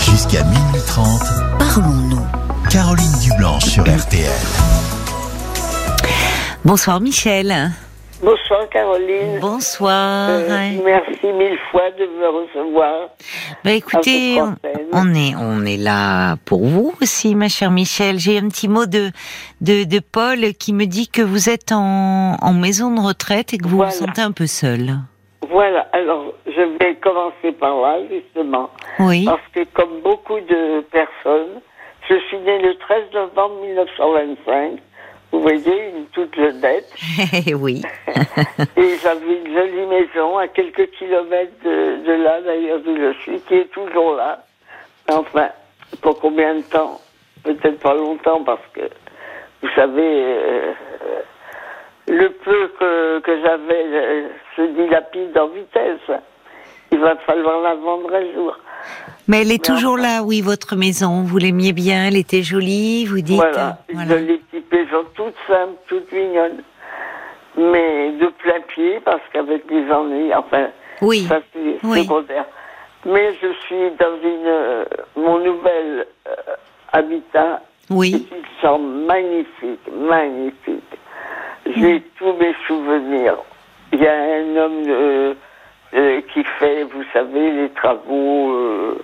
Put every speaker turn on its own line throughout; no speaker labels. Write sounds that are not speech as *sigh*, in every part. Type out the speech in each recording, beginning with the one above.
Jusqu'à minuit 30,
Parlons-nous.
Caroline Dublanche sur RTL.
Bonsoir Michel.
Bonsoir Caroline.
Bonsoir.
Euh, Merci mille fois de me recevoir.
Bah, écoutez,
à
on,
votre antenne.
on est on est là pour vous aussi, ma chère Michel. J'ai un petit mot de, de de Paul qui me dit que vous êtes en, en maison de retraite et que vous
Voilà.
vous sentez un peu seul.
Voilà, alors je vais commencer par là justement.
Oui.
Parce que comme beaucoup de personnes, je suis née le 13 novembre 1925. Vous voyez, une toute dette.
*laughs* oui.
*laughs* Et j'avais une jolie maison à quelques kilomètres de, de là, d'ailleurs, d'où je suis, qui est toujours là. Mais Enfin, pour combien de temps Peut-être pas longtemps, parce que, vous savez, euh, le peu que, que j'avais euh, se dilapide en vitesse. Il va falloir la vendre un jour.
Mais elle est toujours là, oui, votre maison. Vous l'aimiez bien, elle était jolie, vous dites. euh,
Voilà, une
Voilà.
jolie petite maison, toute simple, toute mignonne. Mais de plein pied, parce qu'avec les ennuis, enfin,
Oui.
Ça, c'est
Oui.
secondaire. Mais je suis dans une. euh, mon nouvel euh, habitat
Oui.
est une chambre magnifique, magnifique.
Mm.
J'ai tous mes souvenirs. Il y a un homme euh, euh, qui fait, vous savez, les travaux euh,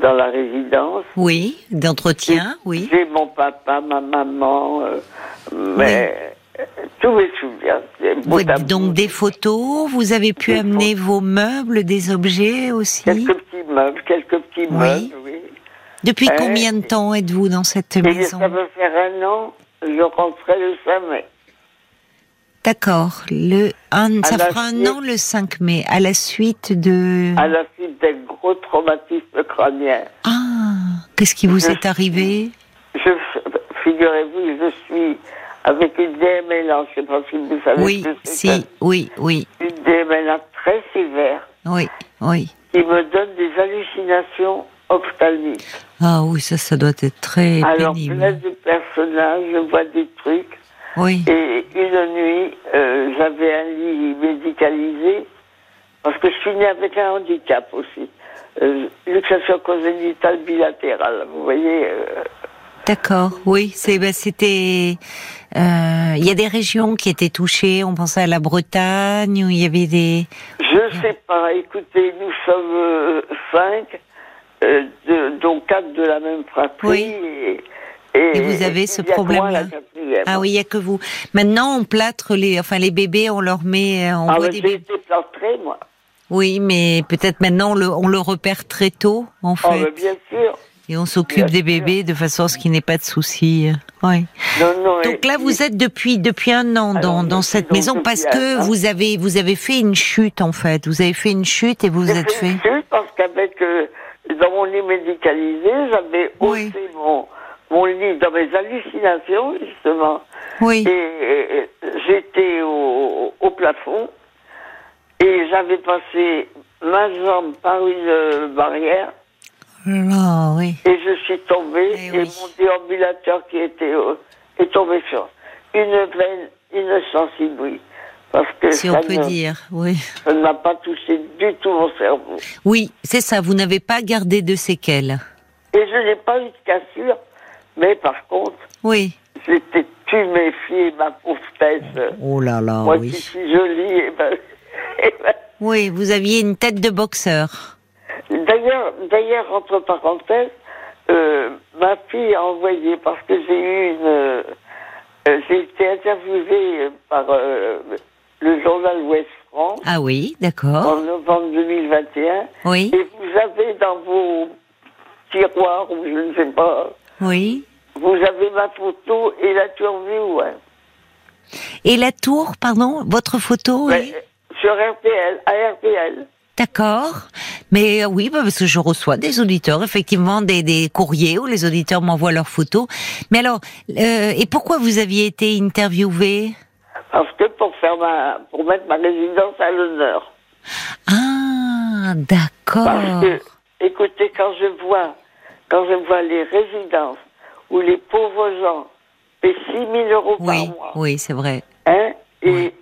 dans la résidence.
Oui, d'entretien, oui.
J'ai mon papa, ma maman, euh, mais euh, tous mes souvenirs.
Vous-
Bout à bout.
donc des photos, vous avez pu
Des
amener vos meubles, des objets aussi.
Quelques petits meubles, quelques petits meubles, oui.
Depuis
Euh,
combien de temps êtes-vous dans cette
Et
maison
eh ça va faire un an, je rentrerai le 5 mai.
D'accord. Le un-
À
ça
la
fera un
suite-
an le 5 mai, à la suite de.
À la suite d'un gros traumatisme crânien.
Ah, qu'est-ce qui vous
Je-
est arrivé
Je, figurez-vous, je suis avec une DML, je ne sais pas si vous savez
Oui,
ce que c'est
si, oui, oui,
que Une DML très sévère
oui, oui.
qui me donne des hallucinations ophtalmiques.
Ah oui, ça, ça doit être très
Alors, plein
pénible.
de personnages, je vois des trucs.
Oui,
Et une nuit, euh, j'avais un lit médicalisé, parce que je suis née avec un handicap aussi. Euh, luxation congénitale bilatérale, vous voyez. euh,
d'accord. Oui, c'est, ben, c'était. euh, Il y a des régions qui étaient touchées. On pensait à la Bretagne où il y avait des.
je
Ah.
sais pas, écoutez, nous sommes euh, cinq, euh, de- dont quatre de la même fratrie.
Oui.
Et,
Et vous avez
et
ce
il y a que moi,
problème-là.
la quatrième.
Ah oui, il y a que vous. Maintenant, on plâtre les, enfin les bébés, on leur met, euh, on
Ah,
voit
mais
des
j'ai
bébés.
été plâtrée, moi.
Oui, mais peut-être maintenant on le, on le repère très tôt, en
Ah, mais
fait,
bien sûr.
et on s'occupe
bien
des
sûr.
bébés de façon à ce qu'il n'ait pas de soucis. euh, Ouais.
Non, non,
Donc
et-
là, vous êtes depuis depuis un an
Alors,
dans,
je
dans
suis
cette
donc
maison
depuis
parce
un
que
an.
vous avez vous avez fait une chute en fait. Vous avez fait une chute et vous vous
J'ai
êtes
fait *laughs*
fait.
une chute parce qu'avec euh, dans mon lit médicalisé, j'avais
Oui.
haussé mon, mon lit dans mes hallucinations justement.
Oui,
Et, euh, j'étais au, au plafond et j'avais passé ma jambe par une euh, barrière
Oh là, oui,
et je suis tombée
Eh
et,
oui.
mon déambulateur qui était au- est tombé sur une veine innocence inouïe parce que
si
ça,
on peut
ne,
dire, oui.
ça ne m'a pas touché du tout mon cerveau.
Oui, c'est ça. Vous n'avez pas gardé de séquelles.
Et je n'ai pas eu de cassure, mais par contre,
Oui.
j'étais tuméfiée, ma pauvre tête.
Oh là là,
Moi
oui.
qui suis jolie, *laughs* et ben, eh ben,
Oui, vous aviez une tête de boxeur.
D'ailleurs, d'ailleurs, entre parenthèses, euh, ma fille a envoyé, parce que j'ai eu une... euh, euh, j'ai été interviewée euh, par euh, le journal Ouest France
Ah oui, d'accord.
en novembre 2021,
Oui,
et vous avez dans vos tiroirs, ou je ne sais pas...
oui.
Vous avez ma photo et la turview, hein.
Et la tour, pardon, votre photo, oui.
Mais, euh, sur RTL, à RTL.
D'accord. Mais euh, oui, bah, parce que je reçois des auditeurs, effectivement, des, des courriers où les auditeurs m'envoient leurs photos. Mais alors, euh, et pourquoi vous aviez été interviewé
Parce que pour faire ma, pour mettre ma résidence à l'honneur.
Ah,
Parce
d'accord.
que, écoutez, quand je vois, quand je vois les résidences où les pauvres gens paient 6 000 euros par
Oui,
mois,
oui, c'est vrai.
hein, et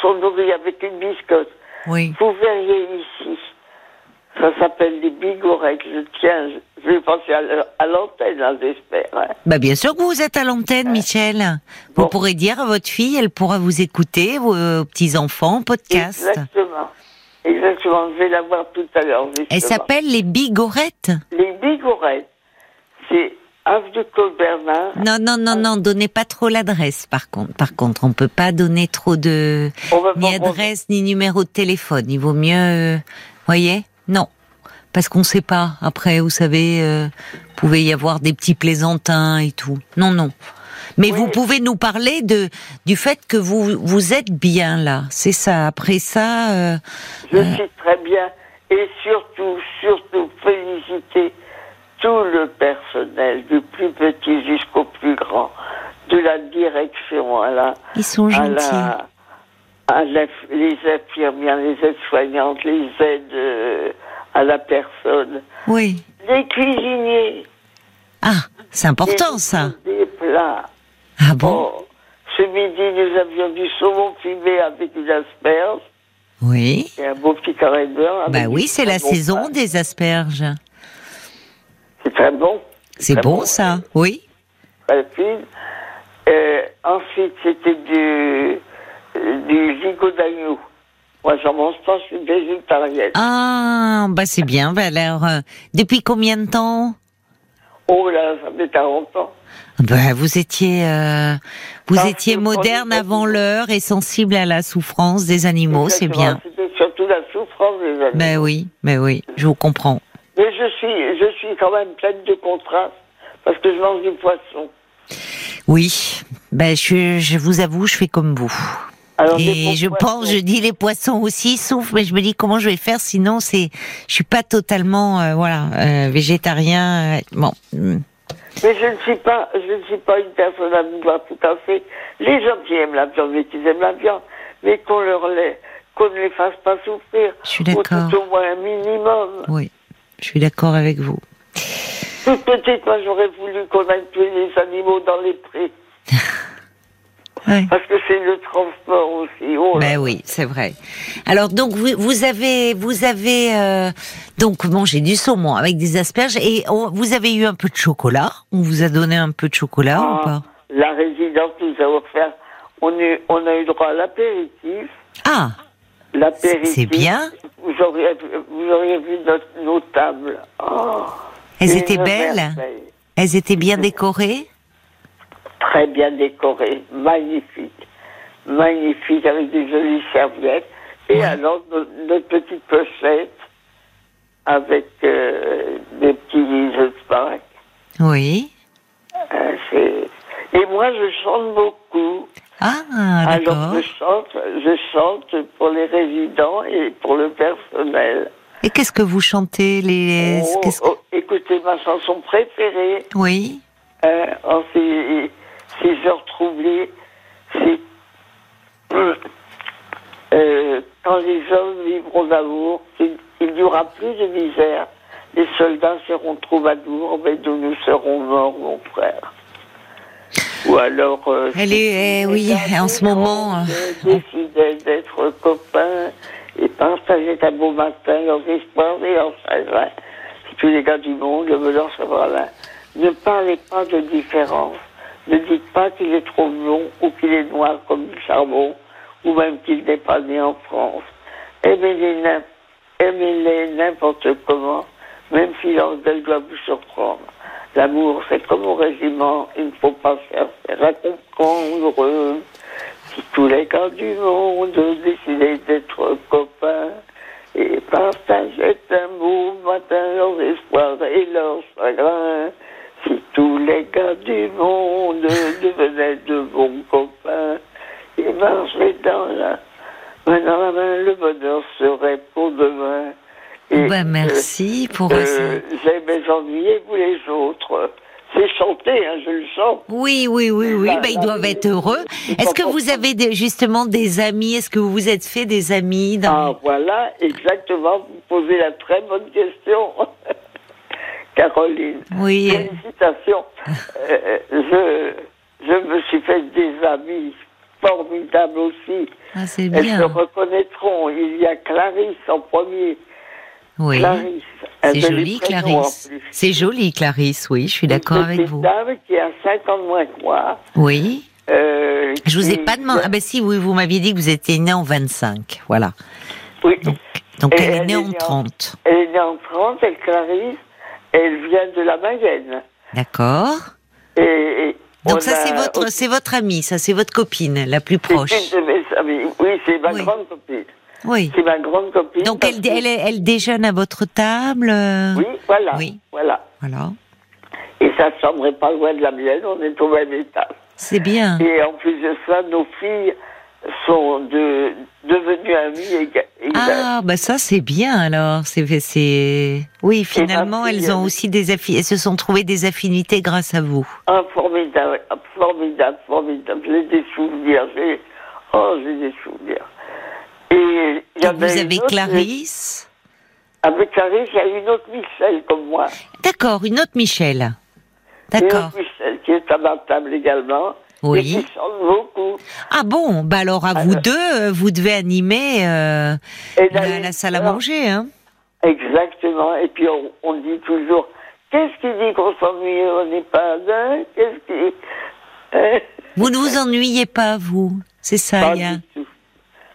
sont nourris avec une biscotte,
Oui.
vous verriez ici, ça s'appelle des bigorettes, je tiens, je, Je vais passer à l- à l'antenne, hein, j'espère. hein.
Bah bien sûr que vous êtes à l'antenne, Michel. Vous
Bon.
pourrez dire à votre fille, elle pourra vous écouter, vos euh, petits-enfants, podcast.
Exactement. Exactement, je vais la voir tout à l'heure.
Elle
justement.
s'appelle les Bigorettes.
Les Bigorettes. C'est Avenue Claude Bernard.
Non, non, non, non, donnez pas trop l'adresse, par contre. Par contre, on peut pas donner trop de...
On va
Ni
pas-
adresse, ni numéro de téléphone. Il vaut mieux... euh, voyez Non. Parce qu'on sait pas. Après, vous savez, euh, pouvait y avoir des petits plaisantins et tout. Non, non. Mais
Oui.
vous pouvez nous parler de du fait que vous vous êtes bien là. C'est ça. Après ça... euh,
Je suis très bien. Et surtout, surtout, féliciter tout le personnel, du plus petit jusqu'au plus grand, de la direction à la.
Ils sont
à
gentils.
la- à la- les infirmières, les aides-soignantes, les aides euh, à la personne,
Oui.
les cuisiniers.
Ah, c'est important
les-
ça.
Des plats.
Ah bon
Oh, ce midi, nous avions du saumon fumé avec une asperge
Oui.
et un beau petit carré de beurre. avec
Bah
du
oui, c'est la
bon
saison
pain.
des asperges.
C'est très bon.
C'est
très
bon ça. Oui.
Très fine. Euh, ensuite, c'était du, euh, du gigot d'agneau. Moi, j'en mange pas, je suis végétarienne.
Ah, bah c'est bien. Bah alors, euh, depuis combien de temps
Oh là, ça fait 40 ans.
Bah vous étiez, euh, vous
Parce
étiez
que quand
moderne
j'étais
avant
petite-
l'heure et sensible à la souffrance des animaux. C'est bien.
Exactement, C'était surtout la souffrance des animaux.
Ben oui, ben oui, je vous comprends.
Mais je suis, je suis quand même pleine de contraste parce que je mange du poisson.
Oui, ben je, je vous avoue, je fais comme vous.
Alors, des bons
Et je pense,
poissons.
je dis les poissons aussi, sauf, mais je me dis comment je vais faire, sinon c'est, je suis pas totalement, euh, voilà, euh, végétarien. euh, bon, hmm.
Mais je ne suis pas, je ne suis pas une personne à vouloir tout à fait. Les gens qui aiment la viande, mais qui aiment la viande, mais qu'on leur laisse, qu'on ne les fasse pas souffrir.
Je suis d'accord.
Ou tout au moins un minimum.
oui, je suis d'accord avec vous.
Toute petite, moi, j'aurais voulu qu'on aille tuer les animaux dans les prés.
Ouais.
Parce que c'est le transport aussi. Oh, là.
Ben oui, c'est vrai. Alors donc vous, vous avez vous avez euh, donc mangé du saumon avec des asperges et on- vous avez eu un peu de chocolat. On vous a donné un peu de chocolat
Ah.
ou pas
La résidence nous a offert, on, est- on a eu droit à l'apéritif.
Ah,
L'apéritif.
C'est bien.
Vous auriez, vous auriez vu notre- nos tables. Oh,
elles
une
étaient belles.
merveille.
Elles étaient bien décorées.
Très bien décorées. Magnifique. Magnifique avec des jolies serviettes. Et
Ouais.
alors, no- notre petite pochette avec euh, des petits œufs de Pâques.
Oui.
Euh, c'est- Et moi, je chante beaucoup.
Ah,
Alors,
d'accord.
je chante, je chante pour les résidents et pour le personnel.
Et qu'est-ce que vous chantez les
Oh,
qu'est-ce que-
oh, écoutez, ma chanson préférée,
Oui.
euh, en ces, ces heures troublées, c'est euh, quand les hommes vivront d'amour, il il n'y aura plus de misère. Les soldats seront troubadours, mais nous, nous serons morts, mon frère. Ou alors. euh,
Elle est- eh oui,
les
en ce
amis,
moment,
on
euh,
décidait d'être copains et partageaient un beau matin leurs espoirs et leurs chagrins. Tous les gars du monde venant ce bras-là. Ne parlez pas de différence. Ne dites pas qu'il est trop long ou qu'il est noir comme du charbon ou même qu'il n'est pas né en France. Aimez-les n'im- aimez-les n'importe comment, même si l'angle doit vous surprendre. L'amour, c'est comme au régiment, il ne faut pas se faire, faire à comprendre. Si tous les gars du monde décidaient d'être copains et partageaient un beau matin leurs espoirs et leurs chagrins, si tous les gars du monde devenaient de bons copains et marchaient dans la main dans la main, ben, le bonheur serait pour demain. Et,
Bah,
euh,
merci pour
euh, j'ai mes ennuis et vous les autres. C'est chanté, hein, je le chante.
Oui, oui, oui, oui.
Bah,
bah, ils
bah,
doivent
oui.
être heureux. Est-ce que vous avez des- justement des amis Est-ce que vous vous êtes fait des amis dans...
Ah, voilà, exactement, vous posez la très bonne question. *laughs* Caroline,
Oui. euh, *laughs*
félicitations. Euh, je, je me suis fait des amis formidables aussi.
Ah, c'est
Elles se
bien.
reconnaîtront. Il y a Clarisse en premier.
Oui.
Clarisse,
C'est joli, Clarisse. C'est joli, Clarisse, oui, je suis d'accord avec vous.
Une dame qui a 5 ans de moins que moi.
Oui.
euh,
Je vous ai
qui-
pas demandé. Ah ben si, oui, vous m'aviez dit que vous étiez né en 25. Voilà.
Oui,
Donc
Et
elle est
elle
née
est
en
née en-
30.
elle est née en France, elle Clarisse, elle vient de la Mayenne.
D'accord.
Et, et on
Donc ça,
a-
c'est votre, c'est votre amie, ça, c'est votre copine la plus
c'est
*laughs*
une
proche.
de mes amies. Oui, c'est ma
Oui.
grande copine.
Oui.
C'est ma grande copine.
Donc
parce
elle,
que-
elle, elle déjeune à votre table. euh,
Oui, voilà.
Oui.
Voilà.
Voilà.
Et sa chambre est pas loin de la mienne, on est au même étage.
C'est bien.
Et en plus de ça, nos filles sont de, devenues amies. éga- éga-
Ah, bah ça c'est bien alors. C'est, c'est, oui, finalement,
ma fille, euh,
elles ont
elle-
aussi des affi- elles se sont trouvées des affinités grâce à vous.
Ah, formidable, ah, formidable, formidable. J'ai des souvenirs. J'ai... Oh, j'ai des souvenirs. Et il y
Donc vous
avait une
avez
autre- euh,
Clarisse.
Avec Clarisse, il y a une autre Michel comme moi.
D'accord, une autre Michel.
Une
D'accord.
autre Michel qui est à ma table également.
Oui.
Et qui chante beaucoup.
Ah bon, bah alors à vous
Alors- Eh ben,
deux, euh, vous devez animer euh, la,
Et d'ailleurs-
la salle à manger, hein
Exactement. Et puis on, on dit toujours, qu'est-ce qui dit qu'on s'ennuie On n'est pas d'un Qu'est-ce qui... Hein
Vous ne vous ennuyez pas, vous C'est ça,
Pas
il y a
du tout.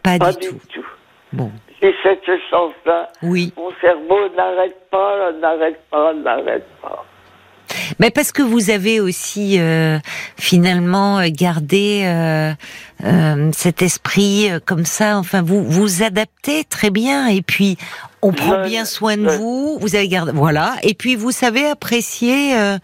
pas,
Pas
du
du
tout.
tout.
Bon,
J'ai cette chance-là.
oui.
Mon cerveau n'arrête pas, n'arrête pas, n'arrête pas.
Mais parce que vous avez aussi euh, finalement euh, gardé euh, euh, cet esprit euh, comme ça. Enfin, vous vous adaptez très bien et puis on prend
Je-
bien soin de
je-
vous. Vous avez gardé, voilà. Et puis vous savez apprécier euh,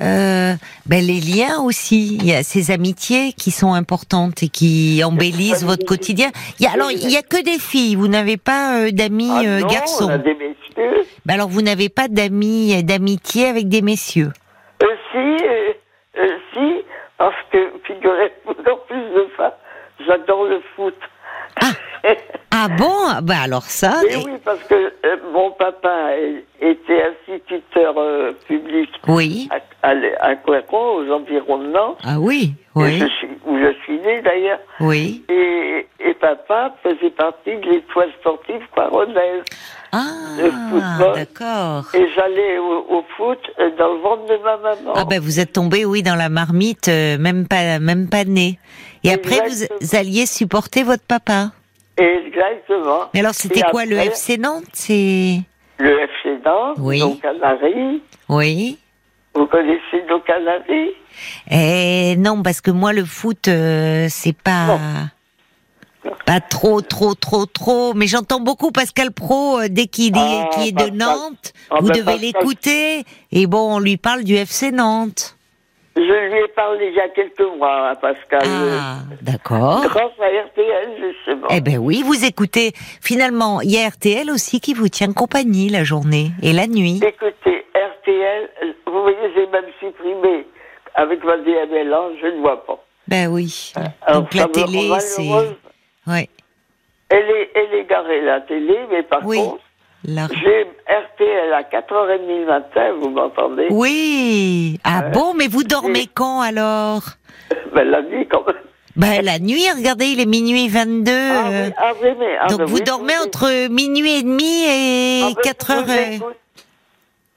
euh, ben, les liens aussi. Il y a ces amitiés qui sont importantes et qui embellissent votre quotidien. Il y a, alors il y a que des filles. Vous n'avez pas euh, d'amis
Ah
euh,
non,
garçons.
on a des messieurs.
Ben alors vous n'avez pas d'amis et d'amitié avec des messieurs.
Euh, si, euh, euh, si, parce que figurez-vous qu'en plus de ça, j'adore le foot. *laughs*
Ah bon Bah alors ça.
Et oui, parce que euh, mon papa euh, était instituteur euh, public
Oui.
à, à, l'e- à Coiron, aux environs de Nantes,
Ah oui,
et
oui,
je suis- où je suis né d'ailleurs.
oui.
Et, et papa faisait partie de l'étoile sportive coironnaise. Le
Ah,
football.
d'accord.
Et j'allais au, au foot euh, dans le ventre de ma maman.
Ah ben vous êtes tombé, oui, dans la marmite, euh, même pas, même pas né. Et après vous
Exactement.
alliez supporter votre papa.
Exactement.
Mais alors c'était
Et
quoi le
après,
FC Nantes C'est
Le FC Nantes,
Oui.
nos Canaries.
oui.
Vous connaissez nos Canaries
Eh non, parce que moi le foot, euh, c'est pas. Pas trop, trop, trop, trop. Mais j'entends beaucoup Pascal Pro euh, dès qu'il est,
Ah,
qu'il est de
Pascal.
Nantes.
Ah,
vous
ben,
devez
Pascal.
l'écouter. Et bon, on lui parle du FC Nantes.
Je lui ai parlé il y a quelques mois à Pascal.
Ah,
euh,
d'accord.
Grâce à RTL, justement.
Eh ben oui, vous écoutez. Finalement, il y a RTL aussi qui vous tient compagnie la journée et la nuit.
Écoutez, RTL, euh, vous voyez, j'ai même supprimé. Avec ma DML, hein, je ne vois pas.
Ben oui.
Ah, Alors,
Donc la
ça me rend
télé, c'est...
malheureuse.
Ouais,
Elle est, elle est garée, la télé, mais par
Oui.
contre,
la-
j'ai RTL à 4h30 le matin, vous m'entendez
Oui. Ah bon, mais vous dormez quand alors
Ben, la nuit, quand même.
Ben la nuit, regardez, il est minuit 22.
Ah,
euh,
oui, ah oui, mais... ah,
Donc
ben
vous
oui,
dormez
je vous
entre minuit et demi et
écoute. Ah, ben,
4
je
heures.
vous
euh,
écoute.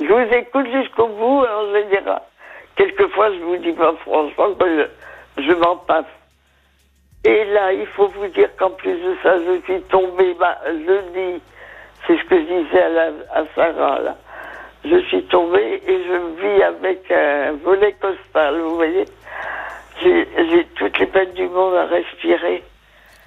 Je vous écoute jusqu'au bout, alors je dirai. Quelquefois, je vous dis pas franchement que je, je m'en passe. Et là, il faut vous dire qu'en plus de ça, je suis tombée bah, jeudi. C'est ce que je disais à, la- à Sarah, là. Je suis tombée et je vis avec un volet costal, vous voyez. J'ai j'ai toutes les peines du monde à respirer.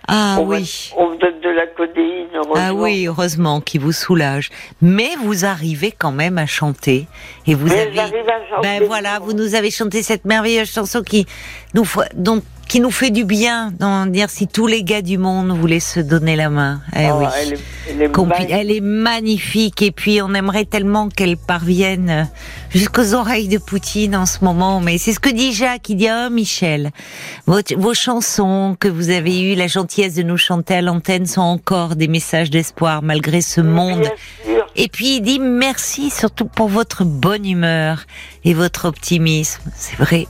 Ah
on, me-
oui.
on me donne de la codéine, heureusement.
Ah oui, heureusement qui vous soulage. Mais vous arrivez quand même à chanter et vous
Mais
avez
j'arrive à chanter.
ben voilà, vous nous avez chanté cette merveilleuse chanson qui nous f- dont- qui nous fait du bien, d'en dire si tous les gars du monde voulaient se donner la main. Eh
Ah,
oui.
elle est- elle est
Compi-
magnifique.
Elle est magnifique et puis on aimerait tellement qu'elle parvienne euh, jusqu'aux oreilles de Poutine en ce moment. Mais c'est ce que dit Jacques, il dit oh, Michel, votre- vos chansons que vous avez eu la gentillesse de nous chanter à l'antenne sont encore des messages d'espoir malgré ce eh, monde.
Bien sûr.
Et puis il dit merci surtout pour votre bonne humeur et votre optimisme. C'est vrai.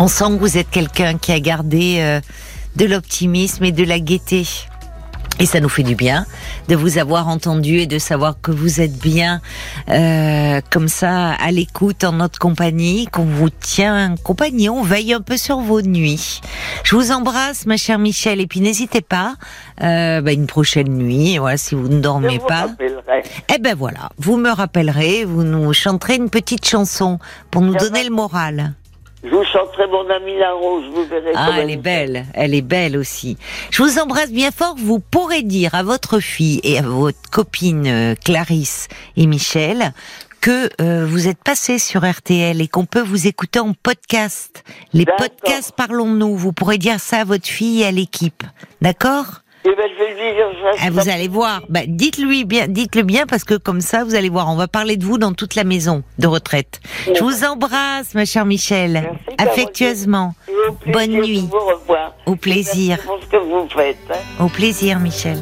On sent que vous êtes quelqu'un qui a gardé euh, de l'optimisme et de la gaieté. Et ça nous fait du bien de vous avoir entendu et de savoir que vous êtes bien euh, comme ça à l'écoute en notre compagnie, qu'on vous tient compagnie, on veille un peu sur vos nuits. Je vous embrasse, ma chère Michel, et puis n'hésitez pas euh, bah, une prochaine nuit, voilà, si vous ne
Je
dormez
vous
pas.
rappellerai.
Eh ben voilà, vous me rappellerez, vous nous chanterez une petite chanson pour nous
Ça
donner
va.
le moral.
Je vous chanterai mon ami la rose, vous verrez.
Ah,
comme
elle est belle, elle est belle aussi. Je vous embrasse bien fort. Vous pourrez dire à votre fille et à votre copine euh, Clarisse et Michel que euh, vous êtes passé sur RTL et qu'on peut vous écouter en podcast. Les
D'accord.
podcasts Parlons-nous, vous pourrez dire ça à votre fille et à l'équipe. D'accord
Eh ben, je vais le dire, ça,
Ah,
ça-
Vous allez voir. Bah, dites-lui bien, dites-le bien parce que comme ça, vous allez voir. On va parler de vous dans toute la maison de retraite. Je vous embrasse, ma chère Michel,
Merci, Caroline.
affectueusement.
Et au plaisir
Bonne
de
nuit.
Vous revoir.
Au plaisir.
Merci pour ce que vous faites. hein.
Au plaisir, Michel.